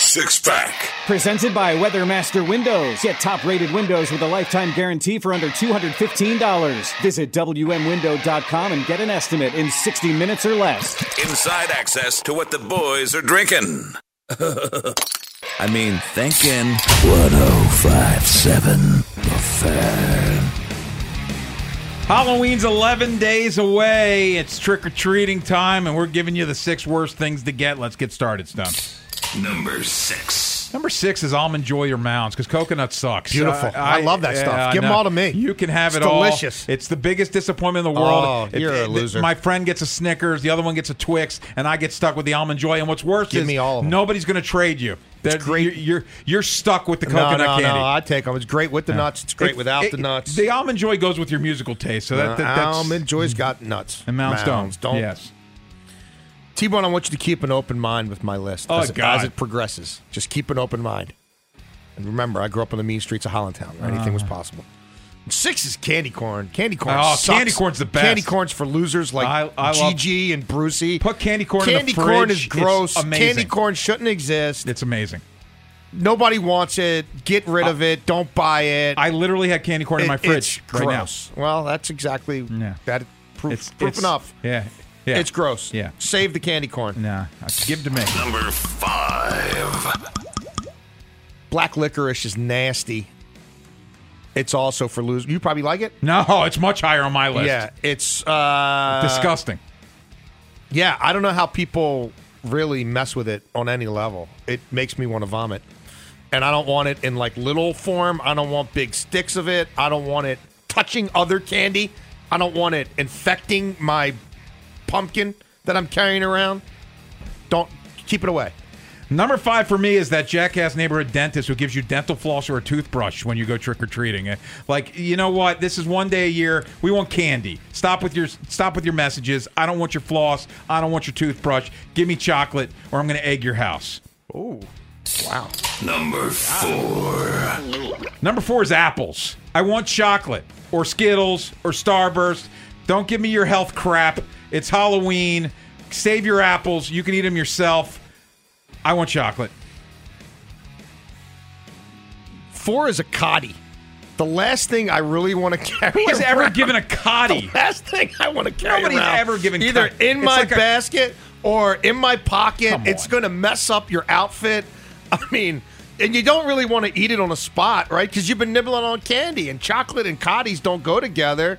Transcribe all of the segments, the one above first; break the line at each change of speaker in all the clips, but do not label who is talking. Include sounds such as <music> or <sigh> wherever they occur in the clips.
Six Pack.
Presented by Weathermaster Windows. Get top rated windows with a lifetime guarantee for under $215. Visit WMWindow.com and get an estimate in 60 minutes or less.
Inside access to what the boys are drinking. <laughs> I mean, thinking. 1057 The Fan.
Halloween's 11 days away. It's trick or treating time, and we're giving you the six worst things to get. Let's get started, Stump.
Number six.
Number six is almond joy or mounds because coconut sucks.
Beautiful. I love that stuff.
I
Give 'em
know.
all to me.
You can have
It's
it all.
delicious.
It's the biggest disappointment in the world.
Oh,
It-
you're a
it-
loser.
My friend gets a Snickers, the other one gets a Twix, and I get stuck with the almond joy. And what's worse
Give
is
me all of 'em.
nobody's going to trade you. They're-
great.
You're, you're you're stuck with the coconut
no, no,
candy.
no. I take them. It's great with the nuts. It's great
It-
without
it-
the nuts.
The almond joy goes with your musical taste. So that,
Uh,
that- that's
almond Joy's got nuts.
and mounds,
don't.
Yes.
T-Bone, I want you to keep an open mind with my list
Oh,
as, it-
God.
as it progresses. Just keep an open mind. And remember, I grew up on the mean streets of Hollandtown where anything was possible. Six is candy corn. Candy corn.
Uh-huh. Oh,
sucks.
candy corn's the best.
Candy corn's for losers like
I- I love-
Gigi and Brucey.
Put candy corn in the
Candy corn
fridge.
is
It's
gross.
amazing.
Candy corn shouldn't exist.
It's amazing.
Nobody wants it. Get rid
Uh,
of it. Don't buy it.
I literally had candy corn in
It-
my fridge
it's
right
gross. Well, that's exactly
Yeah.
that
now.
proof, proof enough.
Yeah. Yeah.
It's gross.
Yeah.
Save the candy corn.
Nah. Give to me.
Number five.
Black licorice is nasty. It's also for losers. You probably like it.
No, it's much higher on my list.
Yeah. It's uh
Disgusting.
Yeah, I don't know how people really mess with it on any level. It makes me want to vomit. And I don't want it in like little form. I don't want big sticks of it. I don't want it touching other candy. I don't want it infecting my pumpkin that I'm carrying around. Don't keep it away.
Number five for me is that jackass neighborhood dentist who gives you dental floss or a toothbrush when you go trick or treating. Like, you know what? This is one day a year. We want candy. Stop with your stop with your messages. I don't want your floss. I don't want your toothbrush. Give me chocolate, or I'm going to egg your house.
Number four.
Number four is apples. I want chocolate or Skittles or Starburst. Don't give me your health crap. It's Halloween. Save your apples. You can eat them yourself. I want chocolate.
Four is a cotty. The last thing I really want to <laughs> carry.
Who has ever
around-
given a cotty?
The last thing I want to carry
Nobody's
around.
ever given
either
cotton.
in
It's
my
like a-
basket or in my pocket.
Come
It's
on.
going to mess up your outfit. <laughs> I mean, and you don't really want to eat it on the spot, right? Because you've been nibbling on candy, and chocolate and cotties don't go together.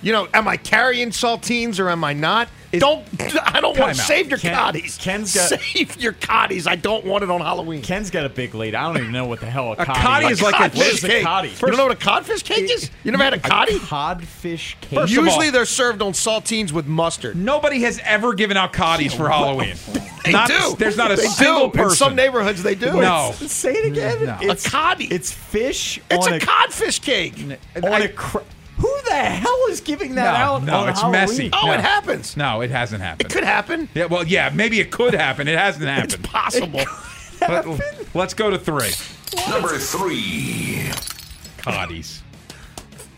You know, am I carrying saltines or am I not? don't <laughs> I don't
Time
want to
out.
save your
Ken-
cotties.
Ken's got-
save your cotties. I don't want it on Halloween.
Ken's got a big lead. I don't even know what the hell a,
A coddy is like a
what
codfish
is a
cake.
coddy?
You don't know what a codfish cake is? You never had a coddy?
codfish cake.
First- of all-
Usually they're served on saltines with mustard.
Nobody has ever given out cotties for Halloween.
They
Not-
do.
There's not a
They
single
do.
person.
In some neighborhoods, they do.
No.
Say it again.
No.
It's
a coddy.
It's fish
It's
on
a, codfish cake.
on
I-
a cra- Who the hell is giving that
No,
out?
no,
on
it's
Halloween?
messy.
oh,
No.
it happens.
no, it hasn't happened.
It could happen.
Yeah, well, yeah, maybe it could happen. It hasn't
It's
happened.
possible.
Let- let's go to three.
Number three.
Cotties.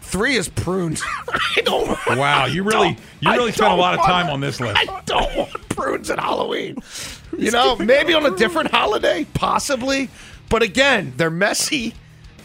Three is prunes. <laughs> I don't. want-
Wow, you really you
I
really spent a
don't
lot of
want-
time on this list.
I don't want prunes at Halloween. You know, maybe on a different holiday, possibly. But again, they're messy.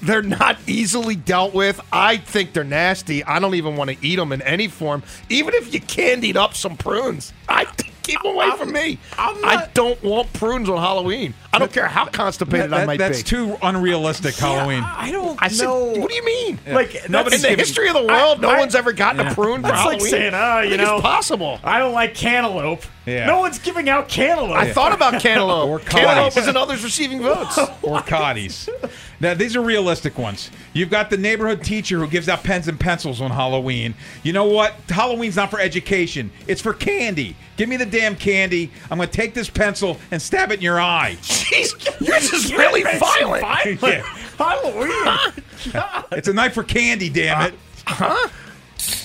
They're not easily dealt with. I think they're nasty. I <laughs> don't even want to eat them in any form. Even if you candied up some prunes, I think Keep them away from me. I'm I not- don't want prunes on Halloween. I don't care how constipated I
That-
might
that's
be.
too unrealistic, Halloween.
I don't
I said,
know.
what do you mean?
Like,
in
nobody's
the
giving-
history of the world, no
I-
one's ever gotten a prune for
That's
Halloween.
like saying, "Ah,
I
you
think it's
know."
possible.
I don't like cantaloupe.
Yeah.
No one's giving out cantaloupe.
I <laughs> thought about cantaloupe.
Or
cantaloupe
colonies.
is in others receiving <laughs> votes.
<laughs>
or Cotties. Now, these are realistic ones. You've got the neighborhood teacher who gives out pens and pencils on Halloween. You know what? Halloween's not for education, it's for candy. Give me the damn candy. I'm going to take this pencil and stab it in your eye.
Jeez, yours is really
It's
violent.
violent.
Yeah.
Halloween. God.
It's a night for candy, damn it.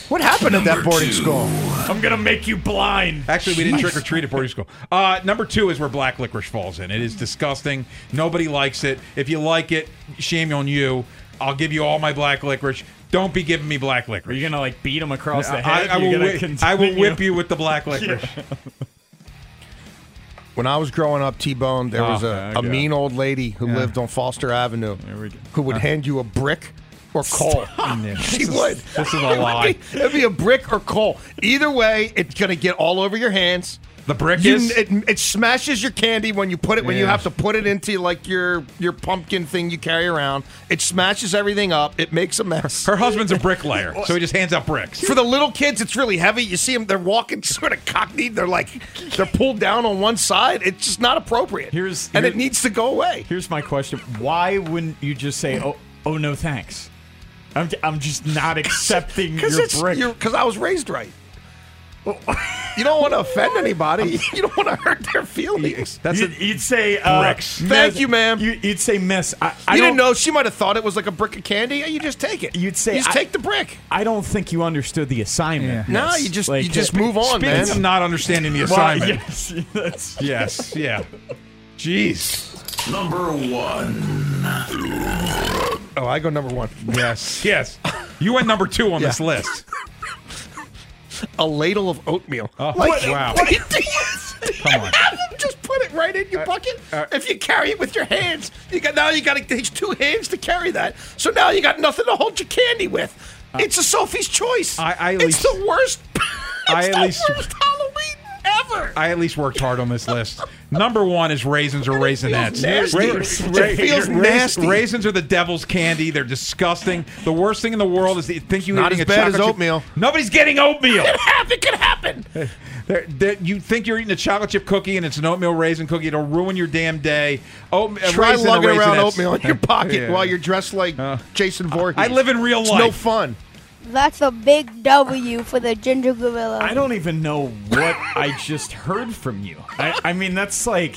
What happened at that boarding school?
I'm gonna make you blind.
Actually, we didn't trick or treat at boarding school. Uh, number two is where black licorice falls in. It is disgusting. Nobody likes it. If you like it, shame on you. I'll give you all my black licorice. Don't be giving me black
Are
licorice.
you gonna like beat him across the
I,
head?
I
You're
will
gonna
whip, I will
continue?
whip you with the
<laughs>
black licorice.
When I was growing up, T-Bone, there was
Oh,
a,
okay.
a mean old lady who lived on Foster Avenue
we go.
who would hand you a brick or coal. she would.
this is a
It would
lie.
be- It'd be a brick or coal. Either way, it's going to get all over your hands.
The brick
You-
is.
it, it smashes your candy when you put it when you
Yeah.
have to put it into like your your pumpkin thing you carry around. It smashes everything up. It makes a mess.
her husband's a bricklayer, so he just hands out bricks.
For the little kids, it's really heavy. You see them; they're walking <laughs> sort of cockneyed. They're like they're pulled down on one side. It's just not appropriate.
Here's-
and
here-
it needs to go away.
Here's my question: Why wouldn't you just say, "Oh, oh no, thanks"? I'm, I'm just not accepting
Because
your
it's
brick.
because I was raised right. You don't want to offend anybody. <laughs> You don't want to hurt their feelings.
That's
you'd,
a,
you'd say uh,
Bricks.
miss-
Thank you, ma'am.
You, would say miss. I, I
you
don't
didn't know she might have thought it was like a brick of candy. You just take it.
You'd say,
you just
I-
take the brick.
I don't think you understood the assignment.
No,
miss.
you just
Like,
you
<laughs>
just move on,
Speaking
man.
of not understanding the
Why-
assignment. <laughs>
yes, that's-
yes. Yeah. Jeez.
Number one.
Oh, I go number one.
Yes. Yes. You went number two on this list.
A ladle of oatmeal.
Oh, wow. <laughs>
Come
on. Uh,
Just put it right in your bucket. if you carry it with your hands, you got now you got to take two hands to carry that. So now you got nothing to hold your candy with. it's a Sophie's choice.
Uh, I- I at least-
it's the worst. <laughs> it's
I at
the
least-
worst Halloween ever.
I at least worked hard on this list. Number one is raisins or raisinettes.
It feels nasty. It feels nasty.
Raisins are the devil's candy. They're disgusting. The worst thing in the world is that you think you
Not
eating a
as bad as
chocolate chip-
oatmeal.
Nobody's getting oatmeal. <laughs>
it could happen.
They're, they're, you think you're eating a chocolate chip cookie and it's an oatmeal raisin cookie. It'll ruin your damn day. Oat, uh,
Try
raisin or
lugging around
raisinettes.
oatmeal in your
<laughs>
pocket
Yeah. Uh,
while you're dressed like Jason Voorhees.
I live in real
It's
life.
no fun.
That's a big W for the ginger gorilla.
I don't even know what I just heard from you. I, I mean, that's like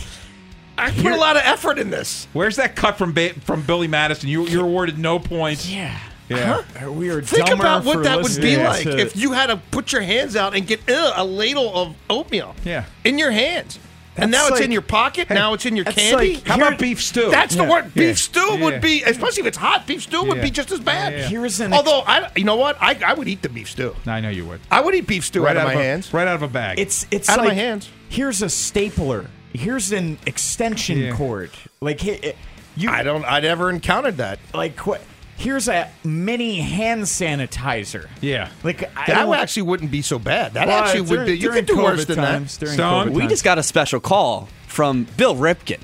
I put a lot of effort in this.
Where's that cut from ba- from Billy Madison? You you're awarded no points.
yeah.
Yeah.
We are
Think
dumber
about
for
what that would be
listening
like
to-
if you had to put your hands out and get ugh, a ladle of oatmeal.
Yeah.
In your hands. and
That's
now it's
like-
in your pocket. now it's in your
that's
candy.
like-
How
Here-
about beef stew?
that's the
Yeah.
word.
Yeah.
Beef stew
Yeah.
would be, especially if it's hot. Beef stew would
Yeah.
be just as bad.
Yeah, yeah.
Here's an-
Although I, you know what, I, I would eat the beef stew.
I know you would.
I would eat beef stew out, of my
a,
hands.
Right out of a bag.
It's it's
Out of my
like,
hands.
Here's a stapler. Here's an extension
Yeah.
cord. Like he- it- you
I don't. I never encountered that.
like what? Here's a mini hand sanitizer.
yeah.
Like I
That
don't-
actually wouldn't be so bad. That
Well,
actually would
during-
be. You
during
could do worse
COVID
than
times, During
Stone,
COVID
We
times.
just got a special call from Bill
<laughs>
Ripkin.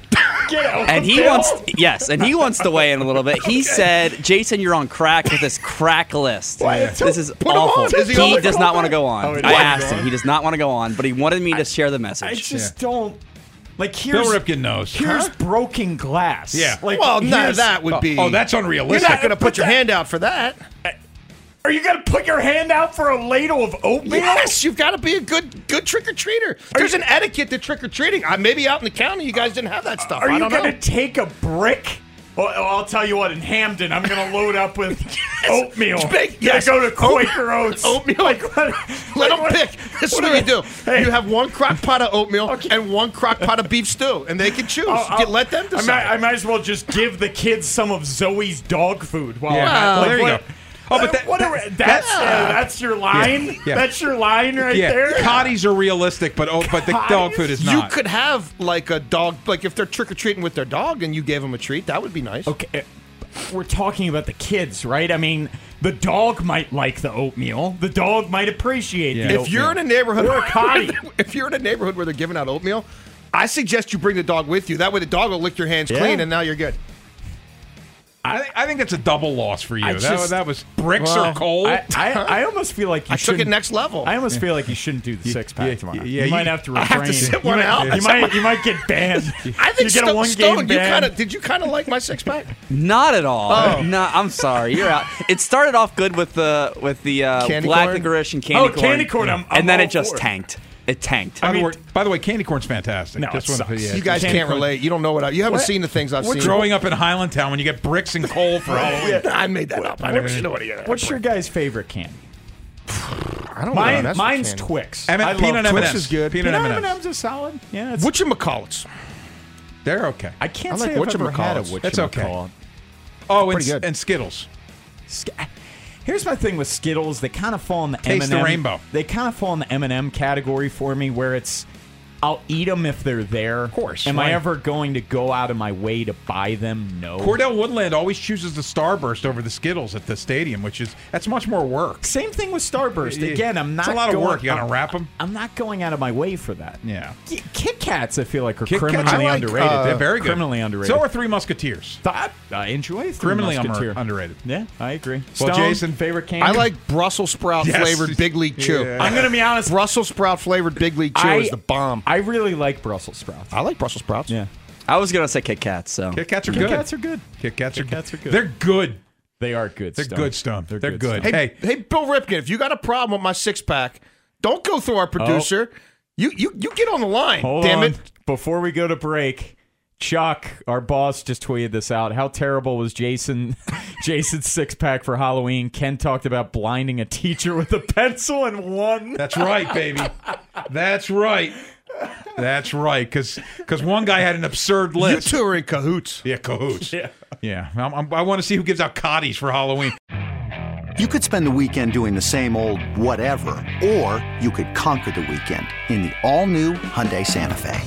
And he wants yes, and he wants to weigh in a little bit. He said, "Jason, you're on crack with this crack list. This is
put him
awful.
on. Is he on
He
the
does
call
not want to
back?
go on.
Oh, he
I
doesn't
asked
go
him.
on.
He does not want to go on, but he wanted me to share the
I
message.
just don't like
Bill
here's
Ripkin knows.
here's broken glass.
Yeah.
Like
that. Well, none
here's-
of that would be.
Oh, that's
You're
unrealistic.
not going to put your hand out for that.
Are you gonna put your hand out for a ladle of oatmeal?
Yes, you've got to be a good good trick or treater. There's an etiquette to trick or treating. I maybe out in the county you guys didn't have that stuff.
Are
I
you
don't
gonna
know.
take a brick? Well, I'll tell you what. In Hamden, I'm gonna load
<laughs>
up with oatmeal.
Big-
Gonna
yes.
go to Quaker Oats.
Oatmeal.
what-
<laughs> Let them
what-
pick. This is what
do
you do.
Hey,
You have one crock pot of
<laughs>
oatmeal and one crock pot of beef stew, and they can choose.
I'll- I'll-
Get- let them
I
decide.
might, I might as well just give the kids some of Zoe's dog food. While
Yeah.
I'm at-
Well,
like,
there you
what-
go. Oh, but that-
what are-
that-
that's
that's-
uh, that's your line.
yeah.
That's your line right
yeah.
there.
Cotties are realistic, but oh, but the dog food is
you
not.
could have like a dog, like if they're trick or treating with their dog, and you gave them a treat. That would be nice.
Okay. eh, we're talking about the kids, right? I mean, the dog might like the oatmeal. The dog might appreciate
Yeah.
<laughs>
the
If you're in a
oatmeal.
neighborhood
Or a Connie.
if you're in a neighborhood where they're giving out oatmeal, I suggest you bring the dog with you. That way, the dog will lick your hands
Yeah.
clean, and now you're good.
I, thi- I think that's a double loss for you.
I
That,
just-
that was bricks
Well,
or coal.
I, I, I almost feel like you
I took it
shouldn't-
next level.
I almost feel like you shouldn't do the six pack
yeah,
tomorrow.
yeah,
you,
you-
might have
<laughs>
to
I
refrain.
have to sit one
you might,
out.
You might you might get banned.
<laughs> I think
you get
Sto-
a one
Stone,
game
you
ban.
kind of did. You kind of like my six pack?
Not at all.
Oh.
No, I'm sorry. You're out. It started off good with the with the uh,
Candy
black
corn?
licorice and candy
Oh,
corn.
candy corn, I'm- I'm
and then
all
it just
for it.
tanked. It tanked.
by,
mean-
the way, by the way, candy corn's fantastic.
No,
Just
it
wanna-
sucks.
yeah,
You guys
Candy
can't
corn.
relate. You don't know what I. You haven't
What?
seen the things I've
We're
seen.
growing up in Highland Town when you get bricks and coal
<laughs>
for Halloween.
I made that up. I never seen nobody.
What's your guy's favorite candy?
I don't
Mine,
know.
mine's Twix.
M-
I
peanut
love Twix.
M&Ms.
is good.
Peanut
peanut
M&Ms.
M&Ms is solid. Yeah, it's
What you McCallits?
They're okay.
I can't
I like
say I've ever had a
whatchamacallits.
whatchamacallit.
That's okay. oh, and,
pretty good.
and Skittles.
Sk- Here's my thing with Skittles. They kind of fall in the
Taste the
M&M.
rainbow.
They kind of fall in the M&M category for me, where it's I'll eat them if they're there. Of
course.
Am
Right.
I ever going to go out of my way to buy them? No.
Cordell Woodland always chooses the Starburst over the Skittles at the stadium, which is that's much more work.
Same thing with Starburst.
Yeah, yeah.
Again, I'm
It's
not.
a lot of
going-
work. You gotta
I'm-
wrap 'em.
I'm not going out of my way for that.
Yeah.
Ki- Kit Kats, I feel like are
Kit Kats, I
criminally
like,
underrated.
uh, They're very good.
Criminally underrated.
So are Three Musketeers.
I, I enjoy Three
Criminally under-
Musketeer.
underrated.
Yeah, I agree.
Well,
Stone,
Jason-
favorite candy.
I like Brussels sprout
Yes.
flavored Big League Chew.
<laughs>
Yeah.
I'm gonna be honest.
Brussels sprout flavored Big League Chew
I-
is the bomb.
I really like Brussels sprouts.
I like Brussels sprouts.
Yeah.
I was gonna say Kit Kats. So
Kit Kats are
Kit
good.
Kats are good.
Kit Kats are,
Kit Kats are good.
They're good.
They are good.
They're
Stone.
good, Stone. They're good.
Stone.
Hey,
Hey.
hey, Bill Ripkin, if you got a problem with my six pack, don't go through our producer. You, you, you get on the line.
Oh. Hold
damn
on.
it.
Before we go to break, Chuck, our boss, just tweeted this out. How terrible was Jason? <laughs> Jason's six pack for Halloween. Ken talked about blinding a teacher with a pencil and one.
That's right, baby. That's right. That's right. Because one guy had an absurd
You
list.
two are in cahoots.
Yeah,
<laughs>
cahoots. Yeah. Yeah. I'm, I'm, I want to see who gives out cotties for Halloween.
You could spend the weekend doing the same old whatever, or you could conquer the weekend in the all-new Hyundai Santa Fe.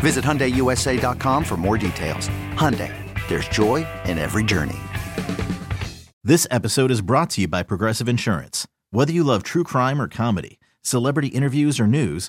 Visit HyundaiUSA.com for more details. Hyundai, there's joy in every journey.
This episode is brought to you by Progressive Insurance. Whether you love true crime or comedy, celebrity interviews or news,